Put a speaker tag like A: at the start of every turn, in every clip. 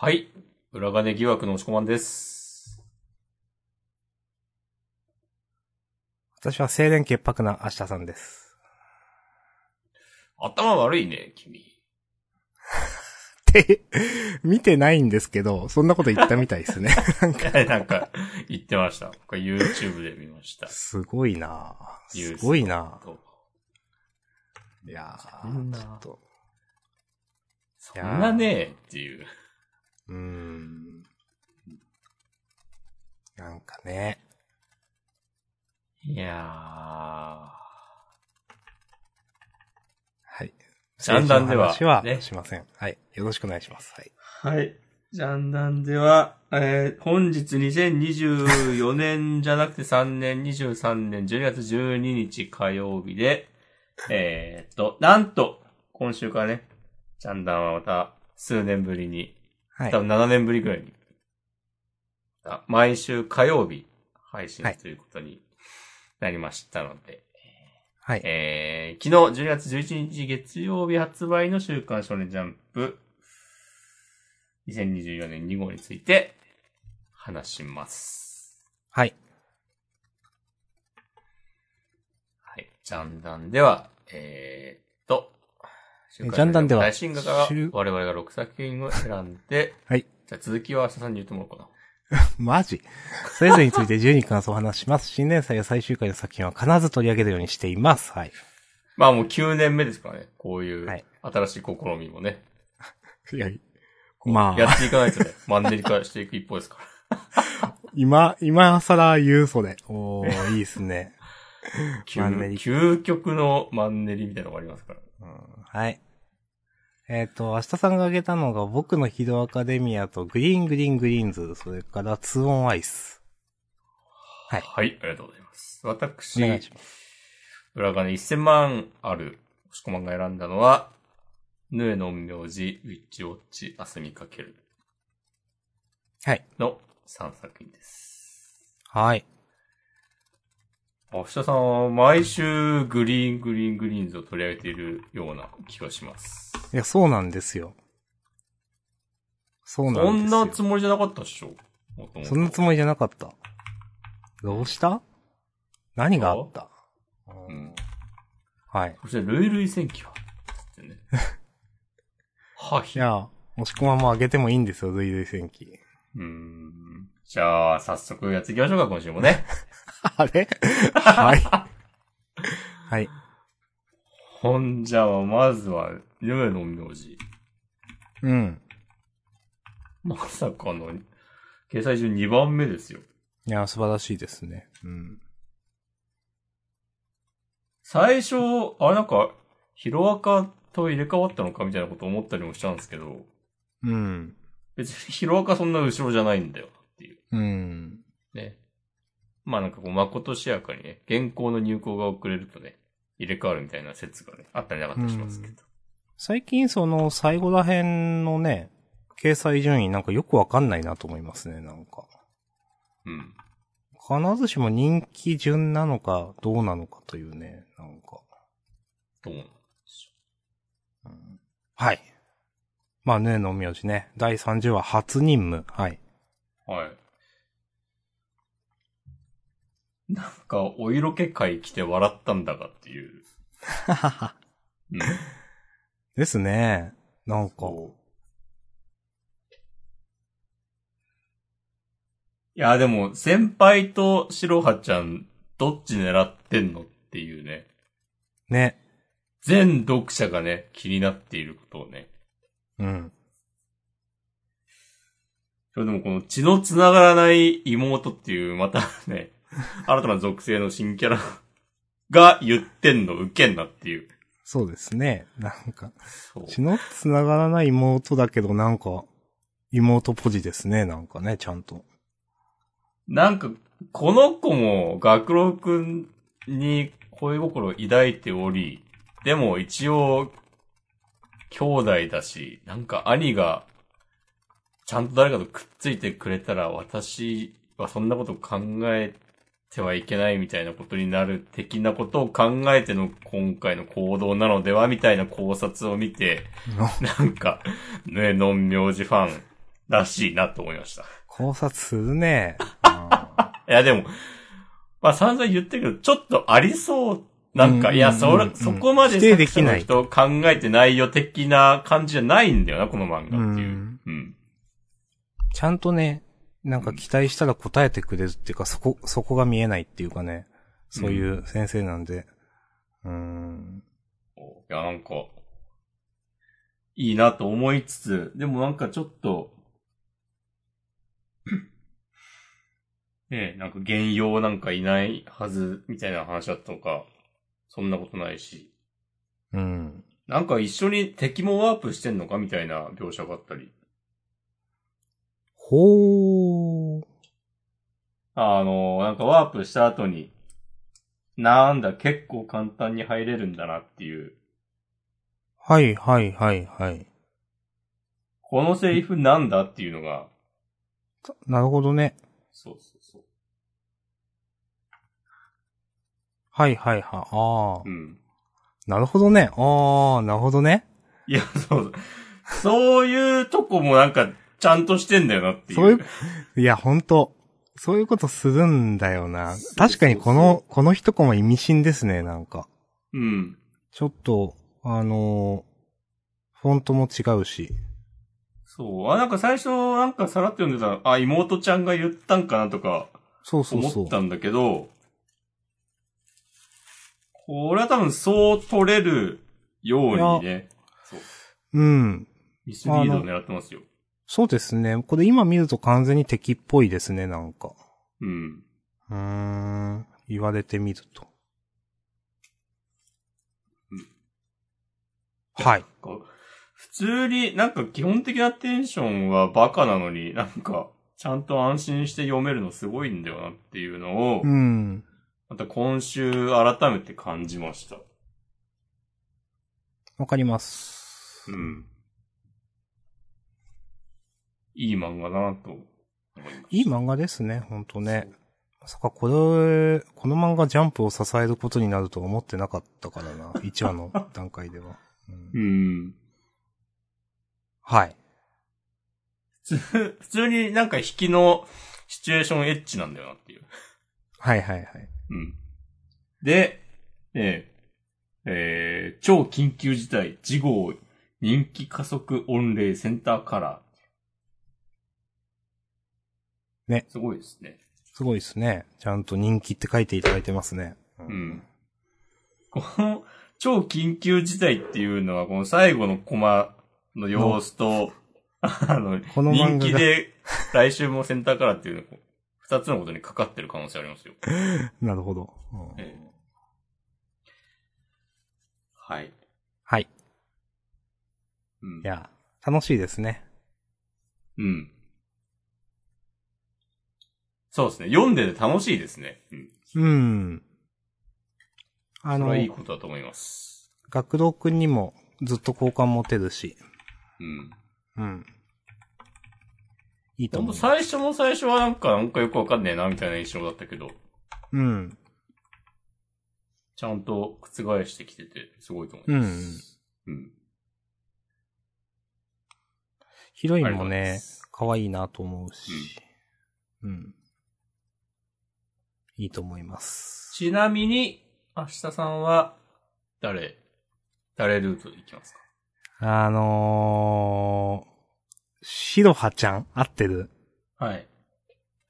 A: はい。裏金疑惑の押し込まんです。
B: 私は清廉潔白な明日さん です。
A: 頭悪いね、君。
B: って、見てないんですけど、そんなこと言ったみたいですね。
A: なんか、言ってました。僕は YouTube で見ました。
B: すごいなぁすごいなぁ
A: そう
B: いや
A: そん
B: ー
A: な
B: ちょっと。
A: そんなねっていう。
B: うーん。なんかね。
A: いや
B: はい。
A: ジャンダンでは
B: 政治の話
A: ね
B: はしません。はい。よろしくお願いします。はい。
C: はい。ジャンダンでは、えー本日2024年じゃなくて3年、23年12月12日火曜日で、えーっと、なんと、今週からね、ジャンダンはまた数年ぶりに、
B: はい
A: 多。分7年ぶりぐらいに、あ毎週火曜日配信
B: はい
A: ということになりましたので、
B: はい。
A: えー、昨日10月11日月曜日発売の週刊少年ジャンプ2024年2号について話します。
B: はい。
A: はい。ジャンダンでは、えー、っと、
B: えジャンダンでは
A: 大進画から
B: 週
A: 我々が6作品を選んで、
B: はい。
A: じゃあ続きは明日さんに言ってもらおうかな。
B: マジそれぞれについて自由に感想をお話しします。新年祭や最終回の作品は必ず取り上げるようにしています。はい。
A: まあもう9年目ですからね。こうい
B: は
A: う
B: い
A: 新しい試みもね。
B: いや、ま
A: や
B: あ、
A: っていかないとね、マンネリ化していく一方ですから。
B: 今、今更言うそれ。おー、 いいですね。
A: 究
B: マンネリ
A: 究極のマンネリみたいなのがありますから。
B: はい。えっ、と、明日さんが挙げたのが、僕のヒドアカデミアと、グリーングリーングリーンズ、それから、ツーオンアイス。はい
A: はい、ありがとうございます。
B: お
A: 私、
B: 願いします。
A: 裏金1000万ある、押し込まんが選んだのは、ヌエの陰陽師、ウィッチウォッチ、アスミかける
B: はい。
A: の3作品です。
B: はい。
A: あ、下さんは毎週グリーングリーングリーンズを取り上げているような気がします。
B: いや、そうなんですよ。そう
A: そ
B: なん
A: ん
B: ですよ。
A: なつもりじゃなかったっしょもともと
B: そんなつもりじゃなかった。どうした何があった
A: うん。
B: はい。
A: そして、ルイルイ戦 記はつってね。はい。
B: いや、もしくはもうあげてもいいんですよ、類類戦記。
A: うーん。じゃあ、早速やっていきましょうか、今週もね。
B: あれ はい。はい。
A: ほんじゃあ、まずは、夢の名字。
B: うん。
A: まさかの、掲載中2番目ですよ。
B: いや、素晴らしいですね。うん。
A: 最初、あれなんか、ヒロアカと入れ替わったのかみたいなこと思ったりもしたんですけど、
B: うん。
A: 別に ヒロアカそんな後ろじゃないんだよ、っていう。
B: うん。
A: ね。まあなんかこう、まことしやかにね、原稿の入稿が遅れるとね、入れ替わるみたいな説がね、あったりなかったりしますけど。
B: 最近その最後ら辺のね、掲載順位なんかよくわかんないなと思いますね、なんか。
A: うん
B: 必ずしも人気順なのかどうなのかというね、なんか。
A: どうも
B: はい。まあね、の名字ね。第30話初任務。 はい。
A: はい。なんか、お色気会来て笑ったんだかっていう。うん、
B: ですね。なんか。
A: いや、でも、先輩と白羽ちゃん、どっち狙ってんのっていうね。
B: ね。
A: 全読者がね、気になっていることをね。
B: うん。
A: それでもこの血の繋がらない妹っていう、また ね、新たな属性の新キャラが言ってんの、ウケんなっていう。
B: そうですね。なんか、
A: そう
B: 血の繋がらない妹だけど、なんか、妹ポジですね、なんかね、ちゃんと。
A: なんか、この子も学郎くんに恋心を抱いており、でも一応、兄弟だし、なんか兄が、ちゃんと誰かとくっついてくれたら、私はそんなこと考えてはいけないみたいなことになる的なことを考えての今回の行動なのではみたいな考察を見て、なんか、ね、のん名字ファン、らしいなと思いました。
B: 考察するね。あ
A: いや、でも、まあ散々言ってるけど、ちょっとありそう。なんか、
B: うん
A: いや、そ
B: うん
A: れ、そこまで
B: 否定で
A: 作
B: き
A: 者
B: な
A: の
B: い。
A: 人考えてないよ的な感じじゃないんだよな、この漫画っていううんうん。
B: ーちゃんとね、なんか期待したら答えてくれるっていうか、そこ、そこが見えないっていうかね。そういう先生なんで。うーん。
A: いや、なんか、いいなと思いつつ、でもなんかちょっと、ねえ、なんか原用なんかいないはず、みたいな話だったのか、そんなことないし。
B: うん。
A: なんか一緒に敵もワープしてんのかみたいな描写があったり。
B: ほー。
A: あの、なんかワープした後に、なんだ、結構簡単に入れるんだなっていう。
B: はいはいはいはい。
A: このセリフなんだっていうのが、
B: たなるほどね。
A: そうそうそう。
B: はいはいはい。あ
A: う
B: あ。
A: ん。
B: なるほどね。ああ、なるほどね。
A: いや、そうそう。そういうとこもなんか、ちゃんとしてんだよなっていう。
B: そういう、いやほんと、そういうことするんだよな
A: そうそう。
B: 確かにこの、この一コマ意味深ですね、なんか。
A: うん。
B: ちょっと、あのーフォントも違うし。
A: そう。あ、なんか最初、なんかさらって読んでた、あ、妹ちゃんが言ったんかなとか、
B: そうそうそ
A: 思
B: う
A: った。んだけど、これは多分そう取れるようにね、そう
B: うん。
A: ミスリードを狙ってますよ。
B: そうですね。これ今見ると完全に敵っぽいですね、なんか。
A: うん。
B: うーん。言われてみると。
A: うん
B: はい。
A: こう普通に、なんか基本的なテンションはバカなのに、なんか、ちゃんと安心して読めるのすごいんだよなっていうのを、
B: うん。
A: また今週改めて感じました。
B: わかります。
A: うん。いい漫画だなと思いました。
B: いい漫画ですね、ほんとね。まさかこれ、この漫画ジャンプを支えることになるとは思ってなかったからな。1話の段階では。 うん
A: うん。
B: はい。
A: 普通、普通になんか引きのシチュエーションエッチなんだよなっていう。
B: はいはいはい。
A: うん。で、えーえー超緊急事態、事後、人気加速御礼センターカラー。
B: ね。
A: すごいですね。
B: すごいですね。ちゃんと人気って書いていただいてますね。 う
A: うん。この、超緊急事態っていうのは、この最後のコマの様子と、あの、
B: この漫画が
A: 人気で、来週もセンターカラーっていうの、こう二つのことにかかってる可能性ありますよ。
B: なるほど、うん
A: ええはい。
B: はい。
A: うん
B: い。や、楽しいですね。
A: うん。そうですね。読んでて楽しいですね。うん。
B: うん。あ
A: それ
B: の、
A: はいいことだと思います。
B: 学童くんにもずっと好感持てるし。
A: うん。
B: うん。いいと
A: ほん
B: 思
A: と
B: う。
A: 最初も最初はなんか、なんかよくわかんねえな、みたいな印象だったけど、
B: うん。
A: ちゃんと覆してきてて、すごいと思い
B: うんう
A: ま
B: ん。
A: す。うん。
B: ヒロイ
A: あ
B: ン
A: りがとうご
B: も
A: ざいま
B: ね
A: す、
B: 可愛いなと思うし。うん。いいと思います。
A: ちなみに、明日さんは、誰、誰ルートで行きますか
B: あのー、シロハちゃん合ってる
A: はい。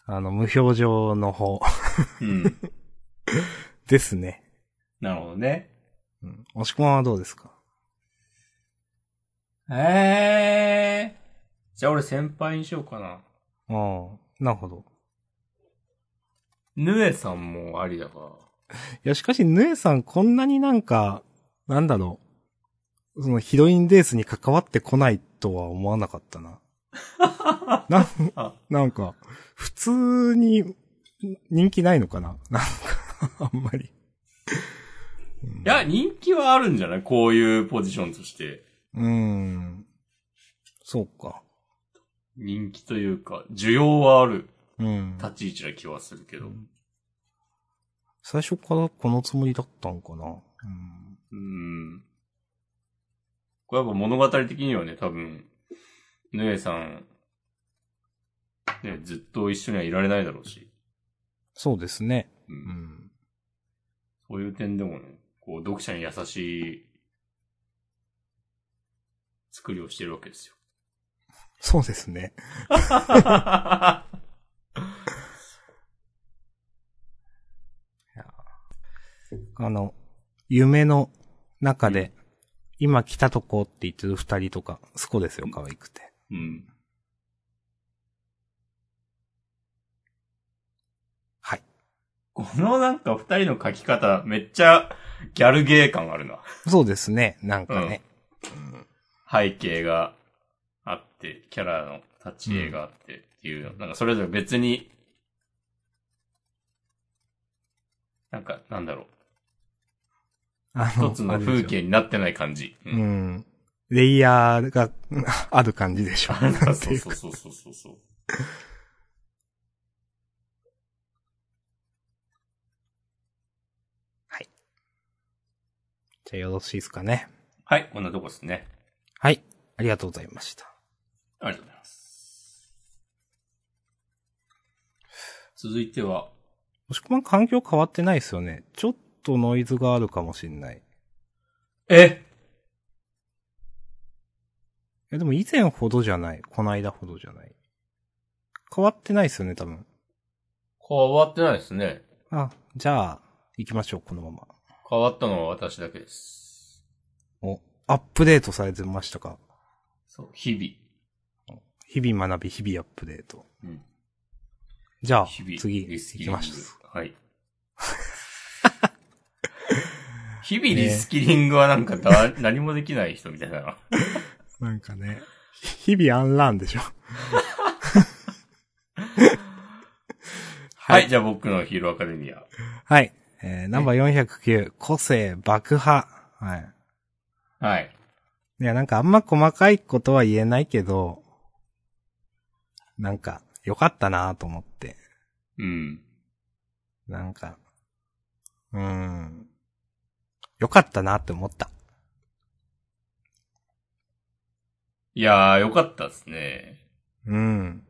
B: あの、無表情の方
A: うん。
B: ですね。
A: なるほどね。
B: うん。押し込まはどうですか
A: ええー。じゃあ俺先輩にしようかな。
B: ああ、なるほど。
A: ヌエさんもありだから。
B: いや、しかし、ぬえさんこんなになんか、なんだろう。そのヒロインレースに関わってこないとは思わなかった な。な、なんか、普通に人気ないのか ななんか、あんまり。
A: いや、人気はあるんじゃないこういうポジションとして。
B: うーん。そうか。
A: 人気というか、需要はある
B: うん。
A: 立ち位置な気はするけど。う
B: 最初からこのつもりだったんかな。うん。
A: ん。これやっぱ物語的にはね、多分、ヌエさんね、ずっと一緒にはいられないだろうし。
B: そうですね。
A: う。
B: うんん。
A: そういう点でもね、こう、読者に優しい作りをしてるわけです よ。
B: そうですね。あの、夢の中で、今来たとこって言ってる二人とか、そこですよ、可愛くて。
A: うん。
B: はい。
A: このなんか二人の書き方、めっちゃギャルゲー感あるな。
B: そうですね、なんかね。
A: 背景があって、キャラの立ち絵があってっていうの、なんかそれぞれ別に、なんか、なんだろう。
B: あ
A: 一つの風。
B: あれで
A: 景になってない感じ。う
B: しょう。ん。レイヤーが ある感じでしょ。
A: あ
B: なん て
A: そう
B: いう
A: そう
B: か。
A: そうそうそうそう。
B: じゃあよろしいですかね。
A: はい、こんなとこですね。
B: はい。ありがとうございました。
A: ありがとうございます。続いては、
B: もしくは環境変わってないですよね。ちょっとノイズがあるかもしんない。
A: え
B: え、でも以前ほどじゃない。この間ほどじゃない。変わってないですよね、多分。
A: 変わってないですね。
B: あ、じゃあ、行きましょう、このまま。
A: 変わったのは私だけです。
B: お、アップデートされてましたか
A: そう、日
B: 日々学び、日々アップデート。
A: 々。うん。
B: じゃあ
A: 日々。、
B: 次、
A: リ
B: 行
A: スキリ
B: き
A: ング
B: まし。
A: はい。日々リスキリングはなんかだ、 何もできない人みたいだな。
B: た。なんかね、日々アンランでしょ。
A: は、
B: はいい
A: じゃあ僕のヒーローアカデミア。
B: はい。えーナンバー409、個性爆破。はい。
A: はい。
B: いや、なんかあんま細かいことは言えないけど、なんか、良かったなと思って。
A: うん。
B: なんか、うーん。良かったなって思った。
A: いやー、よかったですね。
B: うん。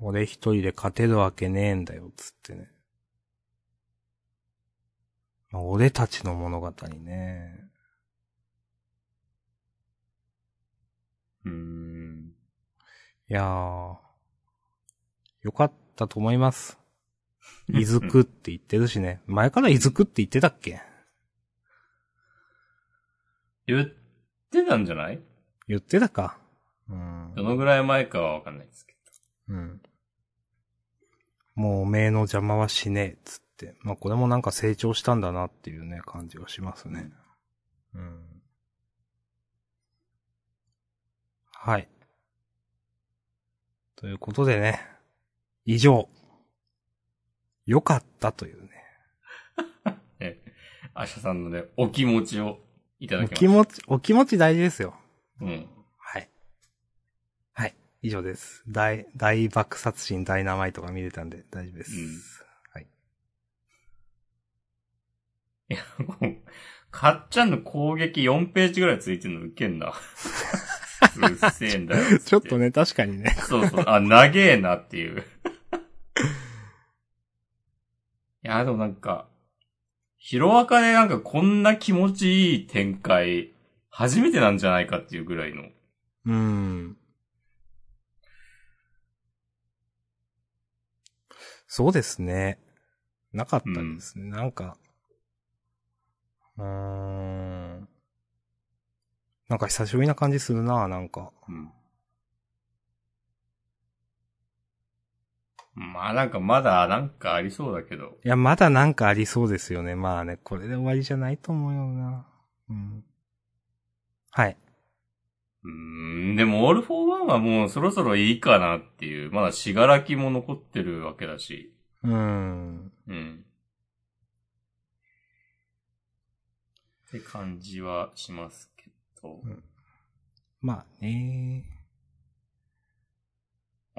B: 俺一人で勝てるわけねえんだよ、つってね。まあ俺たちの物語ね。
A: うーん。
B: いやー、よかったと思い ます。いずくって言ってるしね。前からいずくって言ってたっけ
A: 言ってたんじゃない
B: 言ってたか。うん
A: ど。のぐらい前かはわかんないですけ
B: うん。もうおめえの邪魔はしねえ、つって。まあこれもなんか成長したんだなっていうね、感じがしますね。うん。はい。ということでね、以上。よかったというね。
A: ど。ね。アシャさんのね、お気持ちをいただ
B: お
A: きま
B: 気
A: し
B: 持ち、お気持ち大事ですよ。
A: た。うん。
B: はい。はい。以上です。大、大爆殺人、ダイナマイトが見れたんで大丈夫です。
A: うん
B: はい。
A: いや、もう、かっちゃんの攻撃4ページぐらいついてるのウケんな。うっせえんだよ。
B: ちょっと。ね、確かにね。
A: そうそう。あ、長えなっていう。いや、でもなんか、ヒロアカでなんかこんな気持ちいい展開、初めてなんじゃないかっていうぐらいの。
B: うん。そうですね。なかったですね。なんか、うーん。なんか久しぶりな感じするな、なんか。
A: うん。まあなんかまだなんかありそうだけど。
B: いや、まだなんかありそうですよね。まあね、これで終わりじゃないと思うよな。うん。はい。
A: うーん、でもオールフォーワンはもうそろそろいいかなっていう。まだしがらきも残ってるわけだし。
B: うーん。
A: うん。って感じはしますけど。
B: まあね。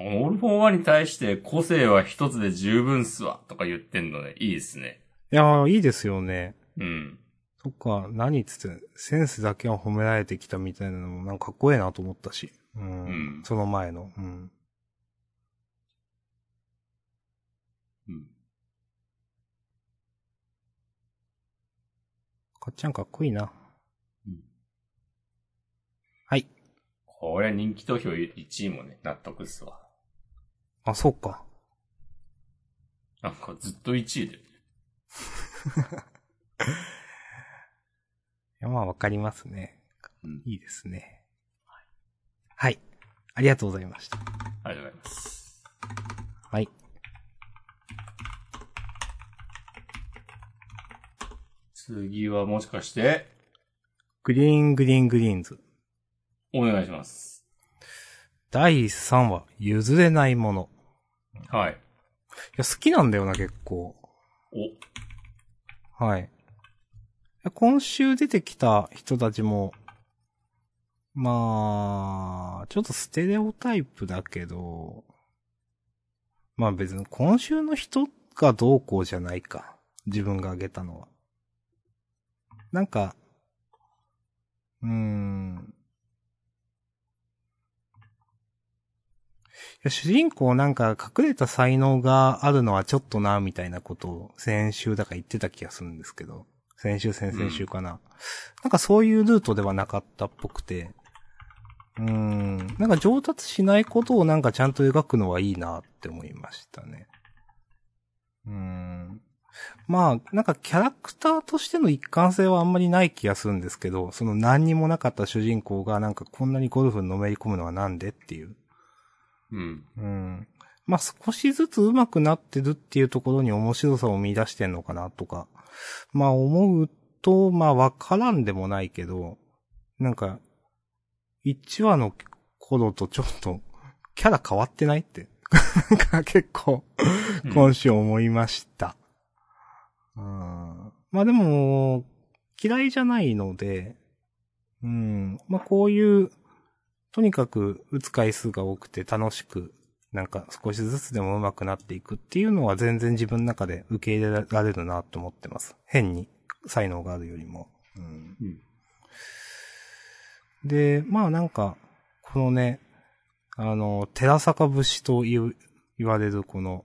A: オールフォーワンに対して個性は一つで十分っすわとか言ってんのね。いいですね。
B: いやー、いいですよね。
A: うん。
B: とか、何っつって、センスだけは褒められてきたみたいなのも、なんかかっこええなと思ったし。うん。
A: うん
B: その前の。うん。
A: うん。
B: かっちゃんかっこいいな。
A: うん
B: はい。
A: これ人気投票1位もね、納得っすわ。
B: あ、そうか。
A: なんかずっと1位で。
B: いや、まあわかりますね。
A: うん
B: いいですね。はい。ありがとうございました。
A: ありがとうございます。
B: はい。
A: 次はもしかして、
B: グリーングリーングリーンズ。
A: お願いします。
B: 第3話、譲れないもの。
A: はい。
B: いや、好きなんだよな、結構。
A: お、
B: はい。今週出てきた人たちも、まあ、ちょっとステレオタイプだけど、まあ別に今週の人がどうこうじゃないか。自分が挙げたのは。なんか、うーん。いや主人公なんか隠れた才能があるのはちょっとな、みたいなことを先週だから言ってた気がするんですけど。先週、先々週かな。なんかそういうルートではなかったっぽくて。うーん。なんか上達しないことをなんかちゃんと描くのはいいなって思いましたね。うーん。まあ、なんかキャラクターとしての一貫性はあんまりない気がするんですけど、その何にもなかった主人公がなんかこんなにゴルフにのめり込むのはなんでっていう。
A: うん。
B: うん。まあ、少しずつ上手くなってるっていうところに面白さを見出してんのかなとか、まあ思うと、まあわからんでもないけど、なんか、1話の頃とちょっと、キャラ変わってないって、 なんか結構、
A: うん
B: 今週思いました。うん。まあでも、嫌いじゃないので、うん。まあこういう、とにかく打つ回数が多くて楽しく、なんか少しずつでも上手くなっていくっていうのは全然自分の中で受け入れられるなと思ってます。変に才能があるよりも。うん
A: うん
B: で、まあなんか、このね、あの、寺坂節という言われるこの、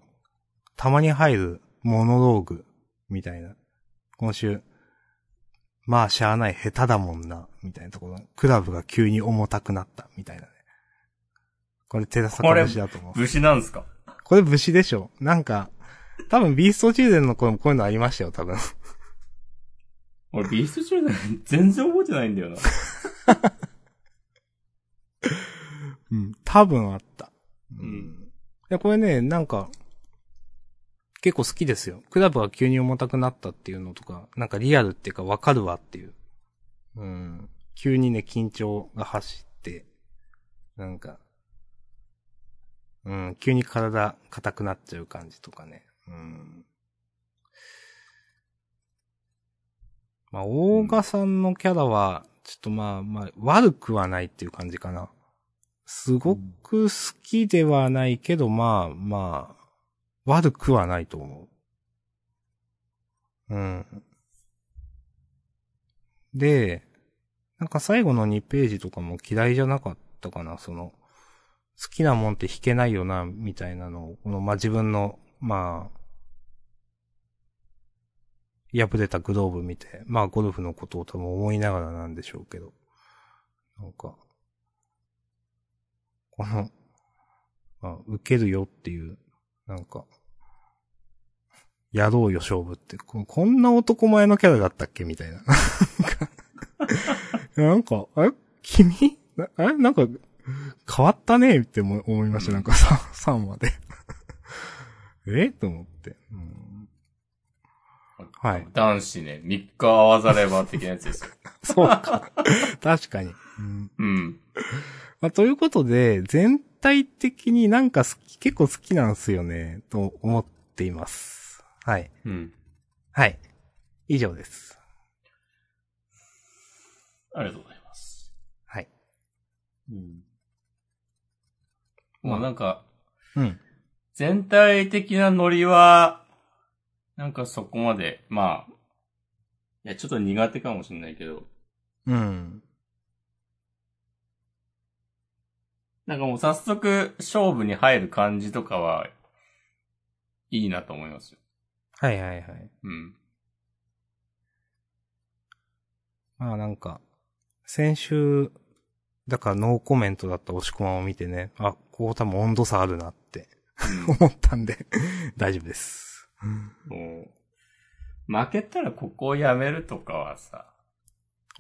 B: たまに入るモノローグみたいな。今週、まあしゃあない下手だもんな、みたいなところ。クラブが急に重たくなった、みたいなね。これ寺坂節だと思う。
A: 武士なんすか
B: これ武士でしょなんか、多分ビーストチルデンの頃もこういうのありましたよ、多分。
A: 俺、ビーストチルダン 全然覚えてないんだよな。
B: うん。多分あった。
A: うん
B: いや、これね、なんか、結構好きですよ。クラブが急に重たくなったっていうのとか、なんかリアルっていうかわかるわっていう。うん。急にね、緊張が走って、なんか、うん、急に体硬くなっちゃう感じとかね。うん。まあ、大賀さんのキャラは、ちょっとまあまあ、悪くはないっていう感じかな。すごく好きではないけど、まあまあ、悪くはないと思う。うん。で、なんか最後の2ページとかも嫌いじゃなかったかな、その、好きなもんって弾けないよな、みたいなのを、この、まあ、自分の、まあ、破れたグローブ見て、まあ、ゴルフのことを多分思いながらなんでしょうけど、なんか、この、まあ、受けるよっていう、なんか、やろうよ勝負って、ここんな男前のキャラだったっけみたいな。なんか、なんか、え君なえなんか、変わったねって思い思いました。なんか3、3まで。えと思って。うんはい。
A: 男子ね、三日合わざれば的なやつ ですよ。
B: そうか。確かに。うん
A: うん。
B: まあ、ということで、全体的になんか好き、結構好きなんですよね、と思っています。はい。
A: うん。
B: はい。以上です。
A: ありがとうございます。
B: はい。
A: うん。
B: まあ
A: もうなんか、
B: うん。
A: 全体的なノリは、なんかそこまで、まあ、いや、ちょっと苦手かもしんないけど。
B: うん。
A: なんかもう早速、勝負に入る感じとかは、いいなと思いますよ。
B: はいはいはい。
A: うん。
B: まあなんか、先週、だからノーコメントだった押し込まを見てね、あ、ここ多分温度差あるなって 思ったんで、 大丈夫です。
A: うん、もう、負けたらここをやめるとかはさ、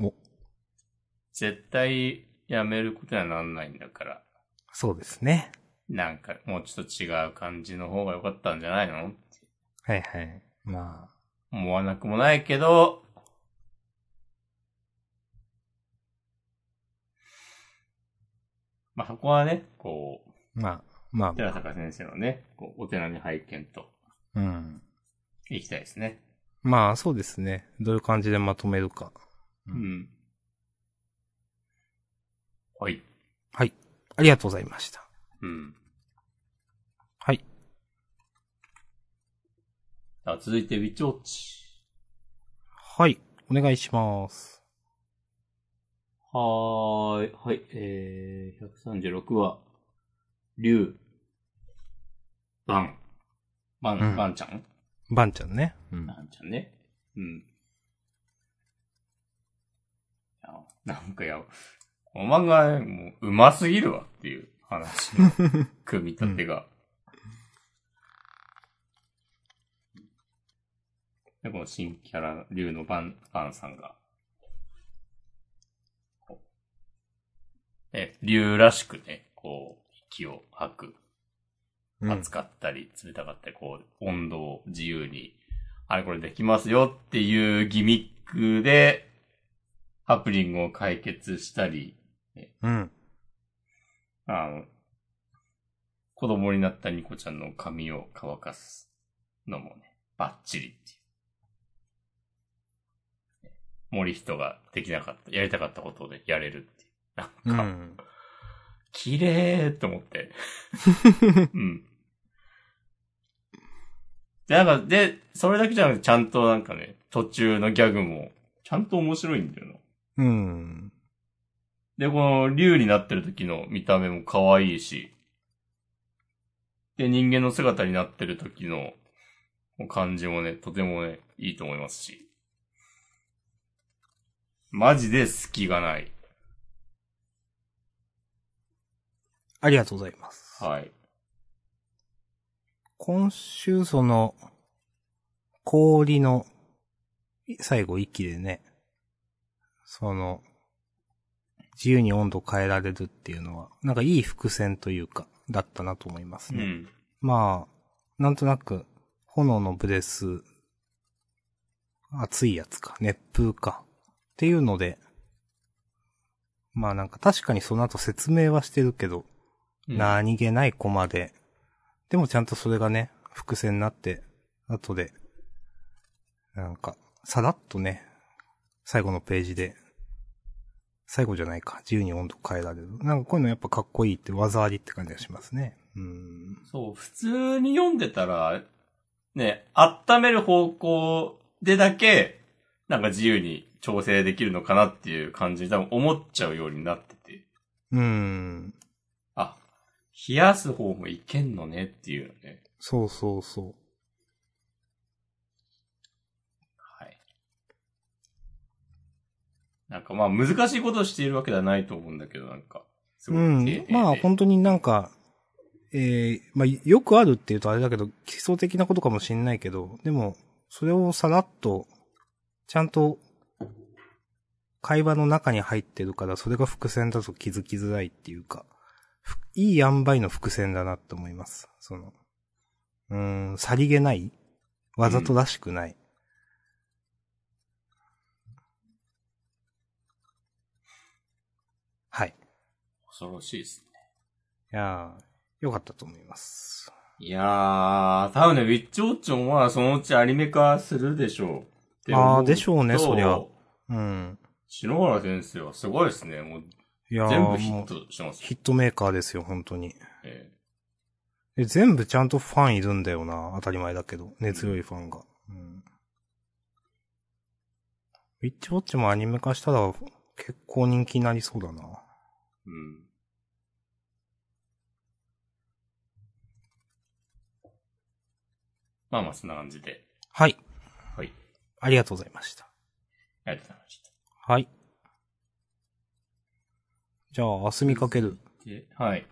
B: お、
A: 絶対やめることにはなんないんだから、
B: そうですね。
A: なんかもうちょっと違う感じの方が良かったんじゃないの
B: はいはい。まあ、
A: 思わなくもないけど、まあ、そこはね、こう、
B: まあ、ま
A: 寺坂先生のね、こうお手並み拝見と、
B: あ、うん。
A: いきたいですね。
B: まあそうですね。どういう感じでまとめるか。
A: う
B: うん
A: ん。はい。
B: はい。ありがとうございました。
A: うん。
B: はい。
A: あ続いて、ウィッチウォッチ。
B: はい。お願いします。
A: はーい。はい。えー、136話。竜。バン。バ
B: う
A: ン、
B: ん
A: バンちゃん
B: バンちゃんね。うん
A: バンちゃんね。うん。いやなんかや、この漫画、ね、もう、うますぎるわっていう話 の組み立てが。で、この新キャラ、竜のバン、バンさんが。え、竜らしくね、こう、息を吐く。
B: うん
A: 暑かったり、冷たかったり、こう、温度を自由に、あれこれできますよっていうギミックで、ハプニングを解決したり、
B: うん。
A: あの、子供になったニコちゃんの髪を乾かすのもね、バッチリっていう。森人ができなかった、やりたかったことでやれるっていう。
B: う
A: なんか、
B: ん。
A: 綺麗と思って。うん。で、なんか、で、それだけじゃなくて、ちゃんとなんかね、途中のギャグも、ちゃんと面白いんだよな。
B: うん。
A: で、この竜になってる時の見た目も可愛いし、で、人間の姿になってる時の感じもね、とてもね、いいと思いますし。マジで隙がない。
B: ありがとうございます。
A: はい。
B: 今週その、氷の、い最後息でね、その、自由に温度を変えられるっていうのは、なんかいい伏線というか、だったなと思います
A: う
B: ね。
A: ん。
B: まあ、なんとなく、炎のブレス、熱いやつか、熱風か、っていうので、まあなんか確かにその後説明はしてるけど、何気ないコマで、でもちゃんとそれがね、伏線になって、後で、なんか、さらっとね、最後のページで、最後じゃないか、自由に温度変えられる。なんかこういうのやっぱかっこいいって技ありって感じがしますね。うん。
A: そう、普通に読んでたら、ね、温める方向でだけ、なんか自由に調整できるのかなっていう感じで多分思っちゃうようになってて。
B: うーん。
A: あ、冷やす方もいけんのねっていうね。
B: そうそうそ
A: はい。なんかまあ難しいことをしているわけではないと思うんだけど、なんか。す
B: う。う
A: ごい丁寧
B: ん。
A: で
B: まあ本当になんか、ええまあよくあるっていうとあれだけど、基礎的なことかもしんないけど、でも、それをさらっと、ちゃんと、会話の中に入ってるから、それが伏線だと気づきづらいっていうか、ふいい塩梅の伏線だなって思います。その、うーん、さりげないわざとらしくない。はい。
A: 恐ろしいですね。
B: いやー、よかったと思います。
A: いやー、多分ね、ウィッチウォッチもまあそのうちアニメ化するでしょう。
B: あーでしょうね
A: って思
B: そりゃ
A: と
B: うん。
A: 篠原先生はすごいですね。もう
B: いやー
A: 全部ヒッ
B: もう
A: トしてますね。
B: ヒットメーカーですよ、本当に。
A: ええ
B: で全部ちゃんとファンいるんだよな、当たり前だけど。熱強いファンが。うん。ウィッチウォッチもアニメ化したら結構人気になりそうだな。
A: うん。まあまあ、そんな感じで。
B: はい。
A: はい。
B: ありがとうございました。
A: ありがとうございまし
B: はい。じゃあ、明日見かける。
A: た。で、はい。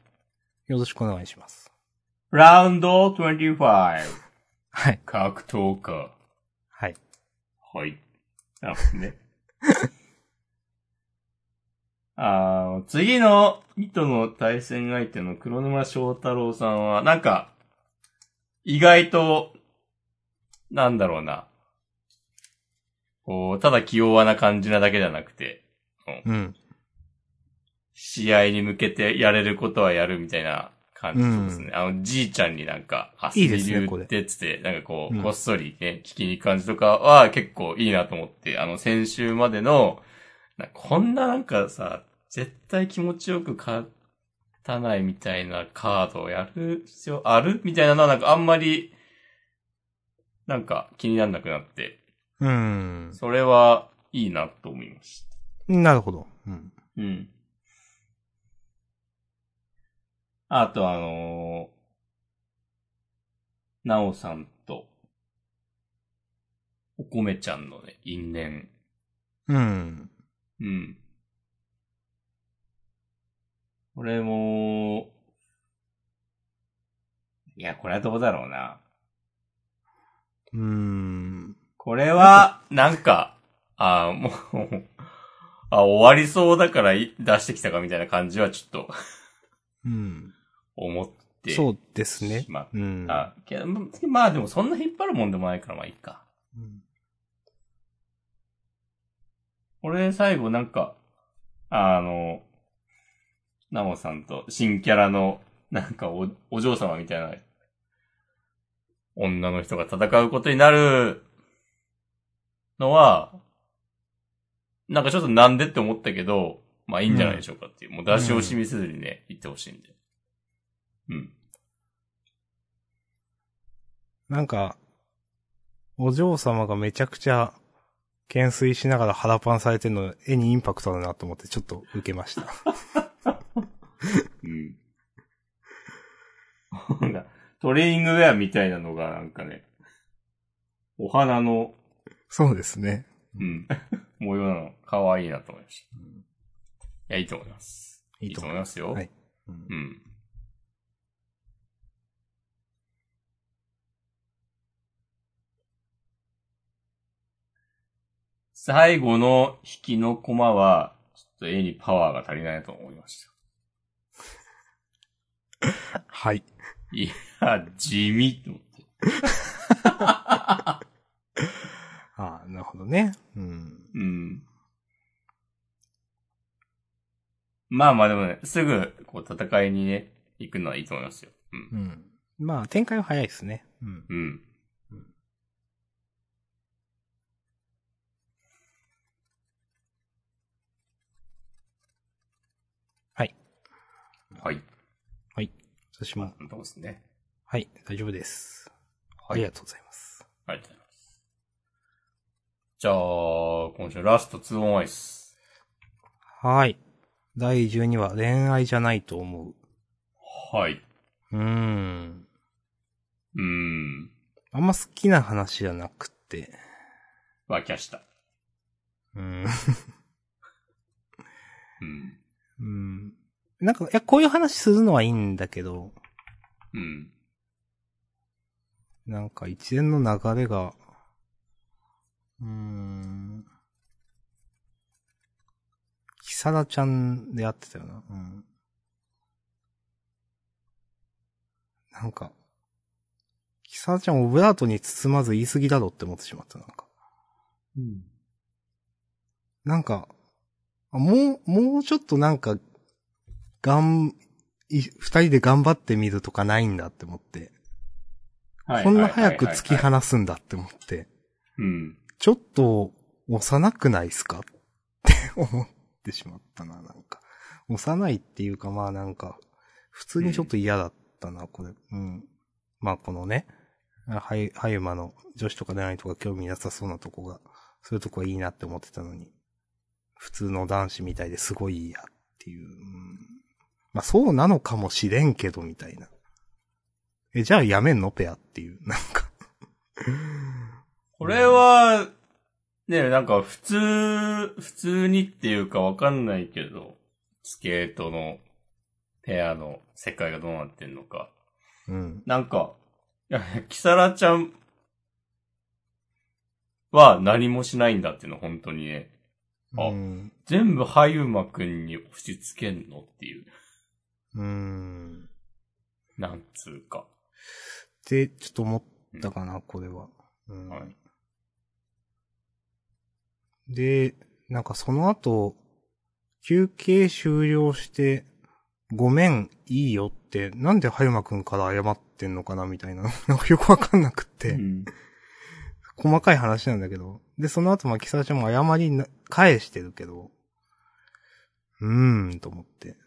B: よろしくお願いします。
A: ラウンド25、
B: はい。
A: 格闘家。
B: はい。
A: はい。なるほどね。 あー次の糸の対戦相手の黒沼翔太郎さんは、なんか、意外と、なんだろうな。こう、ただ器用な感じなだけじゃなくて、
B: うん。
A: 試合に向けてやれることはやるみたいな感じそうですね。あの、じいちゃんになんか、あ
B: いいです
A: ス
B: ね
A: ミリュー
B: これ
A: ってつって、なんかこう、
B: うん
A: こっそりね、聞きに行く感じとかは結構いいなと思って、あの、先週までの、なこんななんかさ、絶対気持ちよく勝たないみたいなカードをやる必要あるみたいなのはなんかあんまり、なんか気になんなくなって、
B: うん。
A: それはいいなと思いました。
B: なるほど。うん。
A: うん。あとあのー、なおさんと、お米ちゃんのね、因縁。
B: うん。
A: うん。これも、いや、これはどうだろうな。
B: うーん。
A: これは、 なんか、あーもう、あ、終わりそうだからい出してきたかみたいな感じはちょっと
B: うん。
A: 思って。
B: そうですね
A: しまっ。
B: うん。
A: あ、けどままあでもそんな引っ張るもんでもないからまあいいか。
B: うん
A: 俺最後なんか、あの、ナモさんと新キャラのなんかおお嬢様みたいな女の人が戦うことになるのは、なんかちょっとなんでって思ったけど、まあいいんじゃないでしょうかっていう。もう出し惜しみせずにね、言ってほしいんで。うん。
B: なんか、お嬢様がめちゃくちゃ、懸垂しながら腹パンされてるの、絵にインパクトだなと思ってちょっと受けました。
A: うん。 なんかトレーニングウェアみたいなのがなんかね、お花の、
B: そうですね。
A: うん、 模様なの、かわいいなと思いました。いや、いいと思います。
B: いいと思います
A: いいと思いますよ
B: はい。うん
A: うん。最後の引きの駒は、ちょっと絵にパワーが足りないなと思いました。
B: はい。
A: いや、地味って思って。
B: ああ、なるほどね。うん。
A: うん。まあまあでもね、すぐ、こう、戦いにね、行くのはいいと思いますよ。うん。
B: うん。まあ、展開は早いですね。うん。
A: うん。
B: はい。
A: はい。
B: 私も、
A: どうですね。
B: はい、大丈夫です。
A: はい
B: ありがとうございます。
A: ありがとうございます。じゃあ、今週ラスト2オンアイス。
B: はい。第12話、恋愛じゃないと思
A: はい。
B: う。うーん。
A: うーん。
B: あんま好きな話じゃなくて。
A: わきゃした。
B: うーん。
A: うん。
B: うん。なんか、いや、こういう話するのはいいんだけど、
A: うん。
B: なんか一連の流れが、うーん。キサラちゃんでやってたよな。うん。なんか、キサラちゃんオブラートに包まず言い過ぎだろって思ってしまった、なんか。
A: うん。
B: なんか、あもう、もうちょっとなんか、がん、い二人で頑張ってみるとかないんだって思って。
A: はい。
B: こんな早く
A: はい
B: 突き。
A: はいはいはい
B: 放すんだって思って。
A: うん。
B: ちょっと、幼くないっすかって思ってしまったな、なんか。幼いっていうか、まあなんか、普通にちょっと嫌だったな、これ。うん。まあこのね、ハイ、ハイ馬の女子とか恋愛とか興味なさそうなとこが、そういうとこはいいなって思ってたのに、普通の男子みたいですごいいいやっていう。うんまあそうなのかもしれんけど、みたいな。え、じゃあやめんのペアっていう、なんか
A: これは、ね、なんか普通、普通にっていうかわかんないけど、スケートのペアの世界がどうなってんのか。
B: うん。
A: なんか、いや、キサラちゃんは何もしないんだっていうの、本当にね。あ
B: うん。
A: 全部ハユマくんに押し付けんのっていう。
B: うん。
A: なんつうか。
B: って、ちょっと思ったかな、これは。うん
A: はい
B: で、なんかその後、休憩終了して、ごめん、いいよって、なんではゆまくんから謝ってんのかな、みたいな。 なんかよくわかんなくって、
A: うん
B: 細かい話なんだけど。で、その後、まあ、キサラちゃんも謝りな返してるけど、うーん、と思って。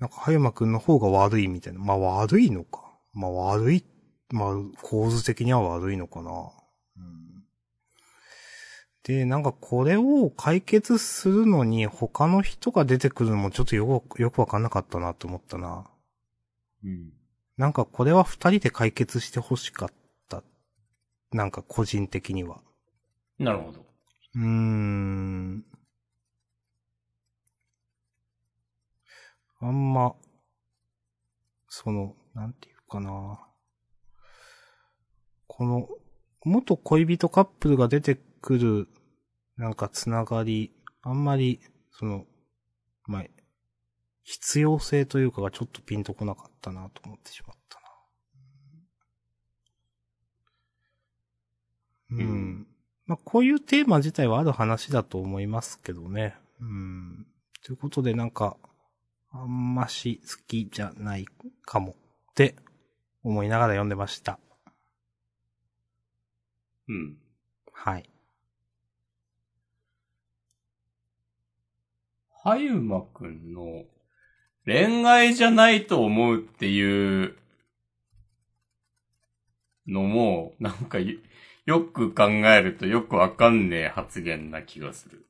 B: なんか、はゆまくんの方が悪いみたいな。まあ、悪いのか。まあ、悪い。まあ、構図的には悪いのかな。うん、で、なんか、これを解決するのに、他の人が出てくるのも、ちょっとよく、よくわかんなかったなと思ったな。
A: うん。
B: なんかこれは二人で解決して欲しかった。なんか個人的には。
A: なるほど。
B: うーん。あんま、その、なんていうかな。この、元恋人カップルが出てくる、なんかつながり、あんまり、その、まあ、必要性というかがちょっとピンとこなかったなと思ってしまったな。
A: う
B: うんんまあ、こういうテーマ自体はある話だと思いますけどね。うん。ということでなんか、あんまし好きじゃないかもって思いながら読んでました。
A: うん。
B: はい。
A: ハユマくんの恋愛じゃないと思うっていうのも、なんかよよく考えるとよくわかんねえ発言な気がする。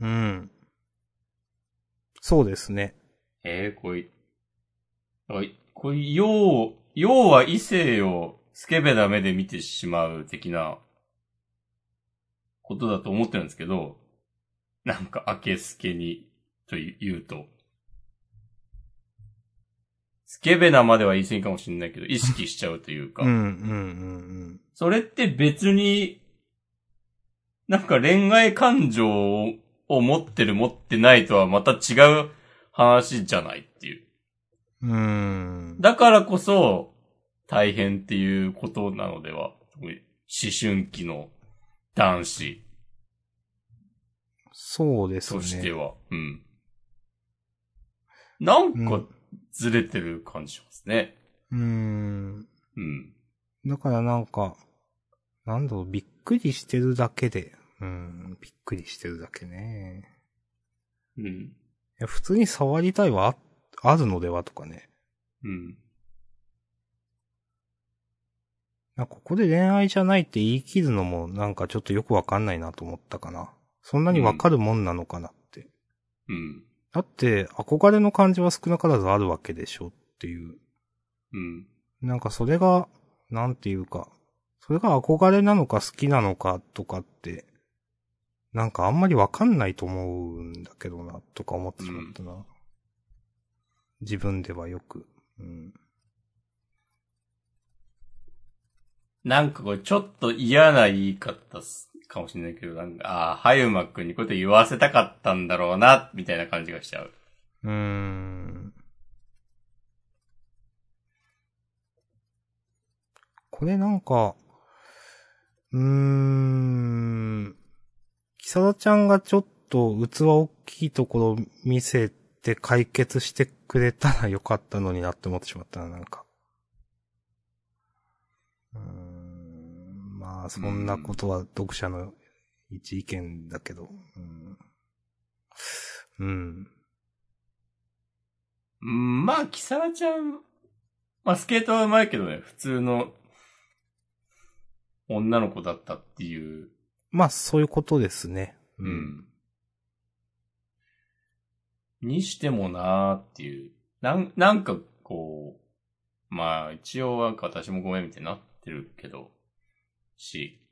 B: うん。そうですね。
A: ええこい、だからこい、要、要は異性をスケベな目で見てしまう的なことだと思ってるんですけど、なんか明けすけに、と言うと、スケベなまでは言い過ぎかもしれないけど、意識しちゃうというか、
B: うん、うん、うん、
A: それって別に、なんか恋愛感情をを持ってる持ってないとはまた違う話じゃないっていう。
B: うん。うーん。
A: だからこそ、大変っていうことなのでは、思春期の男子
B: そうです
A: として
B: ね。
A: は、うん。なん
B: う
A: か
B: ん、
A: ずれてる感じしますね。
B: うーん。
A: うん。
B: だからなんか、なんだろう、びっくりしてるだけで。うん、びっくりしてるだけね。
A: うん。
B: いや普通に触りたいはあ、あるのではとかね。
A: うん。
B: なんかここで恋愛じゃないって言い切るのもなんかちょっとよくわかんないなと思ったかな。そんなにわかるもんなのかなって。
A: うん。
B: だって、憧れの感じは少なからずあるわけでしょっていう。
A: うん。
B: なんかそれが、なんていうか、それが憧れなのか好きなのかとかって、なんかあんまりわかんないと思うんだけどな、とか思ってしまったな。自分ではよく。うん。
A: なんかこれちょっと嫌な言い方っすかもしれないけど、なんか、ああ、はゆまくんにこうやって言わせたかったんだろうな、みたいな感じがしちゃう。
B: うーん。これなんか、うーん。キサラちゃんがちょっと器大きいところを見せて解決してくれたらよかったのになって思ってしまったな、なんか。うーん。まあ、そんなことは読者の一意見だけど。うん。うん。
A: うんまあ、キサラちゃん、まあ、スケートは上手いけどね、普通の女の子だったっていう。
B: まあ、そういうことですね。
A: う。ん。にしてもなーっていう。なん、なんかこう、まあ一応は私もごめんみたいになってるけど、し、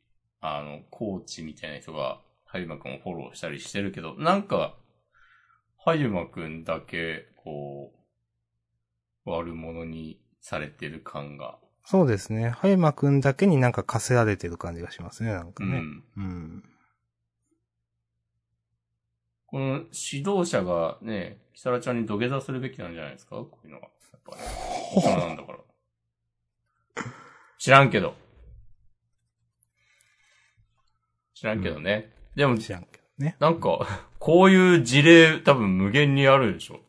A: あの、コーチみたいな人が、はゆまくんをフォローしたりしてるけど、なんか、はゆまくんだけ、こう、悪者にされてる感が。
B: そうですね。ハイマくんだけになんか課せられてる感じがしますね、なん
A: う
B: かね。
A: ん。
B: うん。
A: この指導者がね、キサラちゃんに土下座するべきなんじゃないですかこういうのは。やっぱり大人なんだから。知らんけど。知らんけどね。でも、
B: 知らんけどね。
A: なんか、こういう事例多分無限にあるでしょ。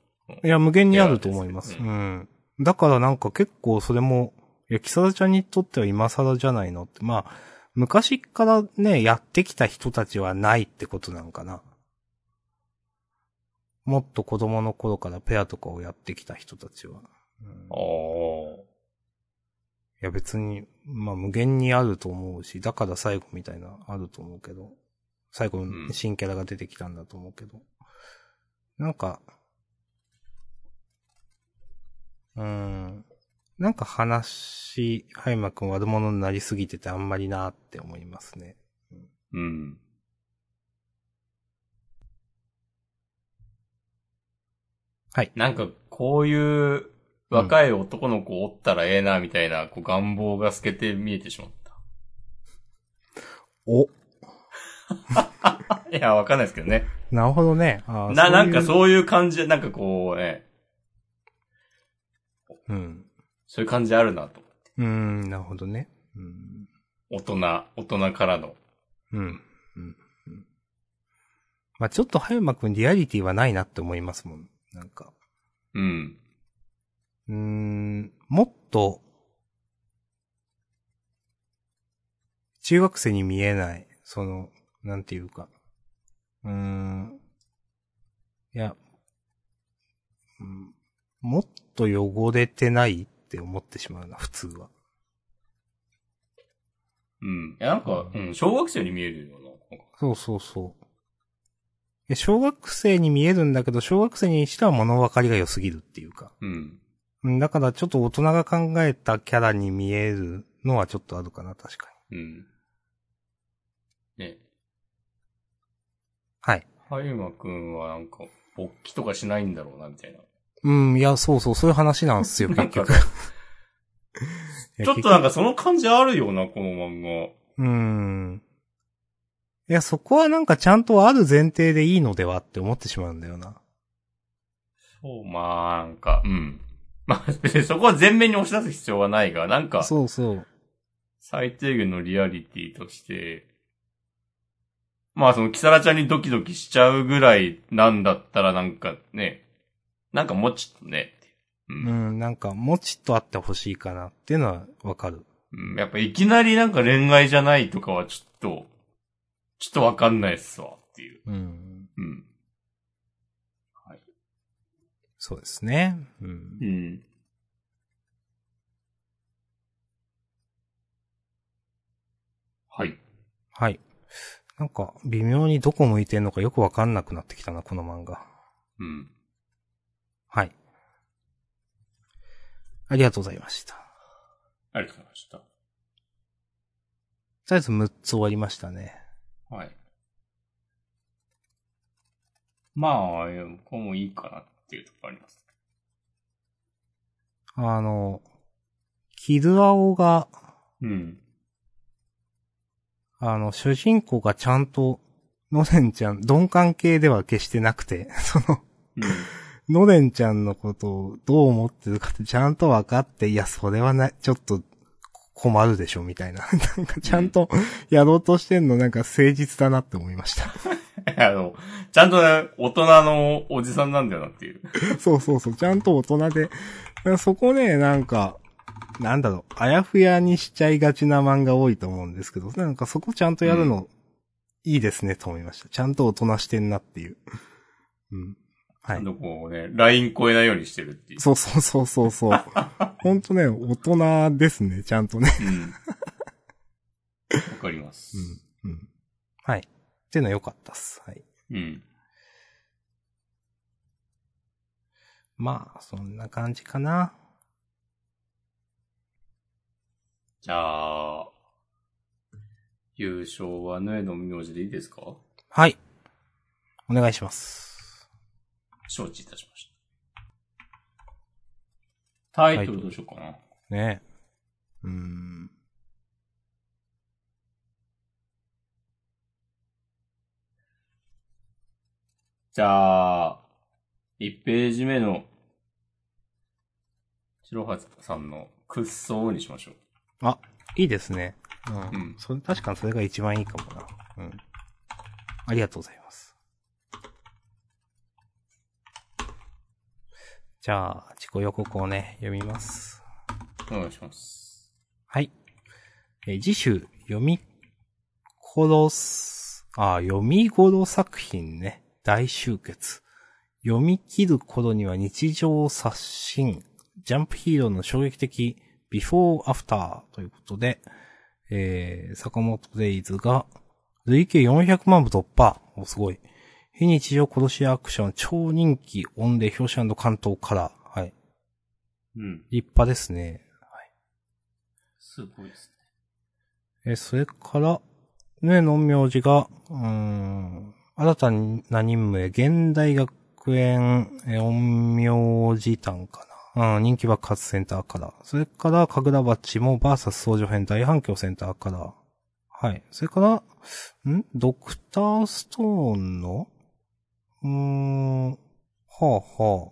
B: いや、無限にあると思います。
A: いうや
B: ん。だからなんか結構それも、いや、キサラちゃんにとっては今更じゃないのって、まあ、昔からね、やってきた人たちはないってことなんかな。もっと子供の頃からペアとかをやってきた人たちは。うん
A: ああ。
B: いや別に、まあ無限にあると思うし、だから最後みたいな、あると思うけど、最後
A: うん
B: 新キャラが出てきたんだと思うけど、なんか、うーん、なんか話、ハイマくん悪者になりすぎててあんまりなーって思いますね。
A: うん。
B: はい
A: なんか、こういう若い男の子おったらええな、みたいな、こう願望が透けて見えてしまった。
B: お、
A: いや、わかんないですけどね。
B: なるほどね。あー
A: な、なんか
B: うい
A: そういう感じで、なんかこうね、
B: う。うん。
A: そういう感じあるなと。
B: うーん、なるほどね。うん。
A: 大人、大人からの。
B: うん。うん。うんまあちょっと葉山くんリアリティはないなって思いますもん。なんか。
A: うん。
B: うーん、もっと、中学生に見えない、その、なんていうか。うーん。いや、うん、もっと汚れてないって思ってしまうな、普通は。
A: うん。いや、なんか、うん、小学生に見えるような。なんか
B: そうそうそう。いや小学生に見えるんだけど、小学生にしては物分かりが良すぎるっていうか。
A: うん。
B: うんだからちょっと大人が考えたキャラに見えるのはちょっとあるかな、確かに。
A: うん。ね。
B: はい。
A: はゆまくんはなんか、勃起とかしないんだろうな、みたいな。
B: うん、いや、そうそう、そういう話なんです よ、
A: な
B: 結
A: んか
B: 局。いや
A: ちょっとなんかその感じあるよな、この漫画。
B: うーん。いや、そこはなんかちゃんとある前提でいいのではって思ってしまうんだよな。
A: そう、まあ、なんか、うん。まあ、 別にそこは全面に押し出す必要はないが、なんか、
B: そうそう。
A: 最低限のリアリティとして、まあその、キサラちゃんにドキドキしちゃうぐらいなんだったら、なんかね、なんかもうちょっとね、う。
B: うんん、なんか、もちっとあってほしいかなっていうのはわかる。
A: うんやっぱいきなりなんか恋愛じゃないとかはちょっと、ちょっとわかんないっすわ、っていう。
B: うん。
A: うん。
B: そうですね。うん
A: う。ん。はい。
B: はい。なんか、微妙にどこ向いてんのかよくわかんなくなってきたな、この漫画。
A: うん。
B: はい。ありがとうございました。と
A: ありがとうございました。
B: りあえず6つ終わりましたね。
A: はい。まあ、いやこれもいいかなっていうところあります。
B: あの、キルアオが、
A: うん。
B: あの、主人公がちゃんと、ノレンちゃん、鈍感系では決してなくて、 その、
A: うん。
B: ノレンちゃんのことをどう思ってるかってちゃんと分かって、いや、それはな、ちょっと困るでしょ、みたいな。 なんかちゃんとやろうとしてんの、なんか誠実だなって思いました。
A: あの、ちゃんとね、大人のおじさんなんだよなっていう。
B: そうそうそう、ちゃんと大人で。だからそこね、なんか、なんだろう、あやふやにしちゃいがちな漫画多いと思うんですけど、なんかそこちゃんとやるの、いいですね、と思いました。ちゃんと大人してんなっていう。うん。
A: ち
B: は
A: ゃん
B: い。
A: とこうね、ライン超えないようにしてるっていう。
B: そうそうそうそうそう。ほんとね、大人ですね、ちゃんとね。
A: うん。かります。
B: うん。うん。はい。っていうのは良かったっす。はい。
A: うん。
B: まあ、そんな感じかな。
A: じゃあ、優勝はヌエの名字でいいですか
B: はい。お願いします。
A: 承知いたしました。タイトルどうしようかな。
B: ねえ。うーん。
A: じゃあ、1ページ目の、白羽さんのくっそーにしましょう。
B: あ、いいですね。うん。
A: うん
B: それ、確かにそれが一番いいかもな。うん。ありがとうございます。じゃあ、自己予告をね、読みます。
A: お願いします。
B: はい。えー次週、読み殺す、あー、読み頃作品ね。大集結。読み切る頃には日常を刷新。ジャンプヒーローの衝撃的、ビフォーアフターということで、えー、坂本デイズが、累計400万部突破。お、すごい。非日常殺しアクション超人気御礼表紙関東から。はい。
A: うん。
B: 立派ですね。
A: すごいですね。
B: え、それから、ね、の名字が、うーん、新たな任務へ、現代学園、え、陰陽字団かな。うん、人気爆発センターから。それから、かぐら鉢も、バーサス総女編大反響センターから。はい。それから、んドクターストーンのうーん、はあはあ。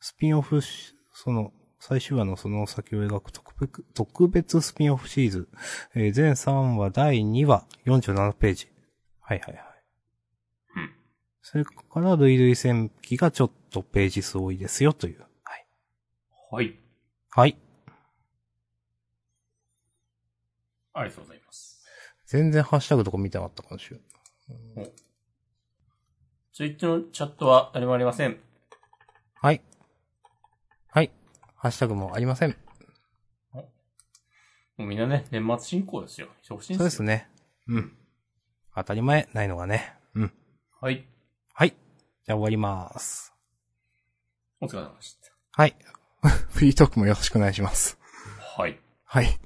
B: スピンオフし、その、最終話のその先を描く特別特別スピンオフシリーズ。えー全3話、第2話、47ページ。はいはいはい。
A: うん
B: それから、類類戦記がちょっとページ数多いですよ、という。はい。
A: はい。
B: はい。
A: ありがとうございます。
B: 全然ハッシュタグとか見てなかった、今週。
A: ツイッチのチャットは誰もありません。
B: はい。はい。ハッシュタグもありません。
A: もうみんなね、年末進行ですよ。忙しいん
B: そう
A: で
B: です
A: よ。
B: すね。うん。当たり前、ないのがね。うん。
A: はい。
B: はい。じゃあ終わります。
A: お疲れ様でし
B: はい。フリートークもよろしくお願いします。
A: た。はい。
B: はい。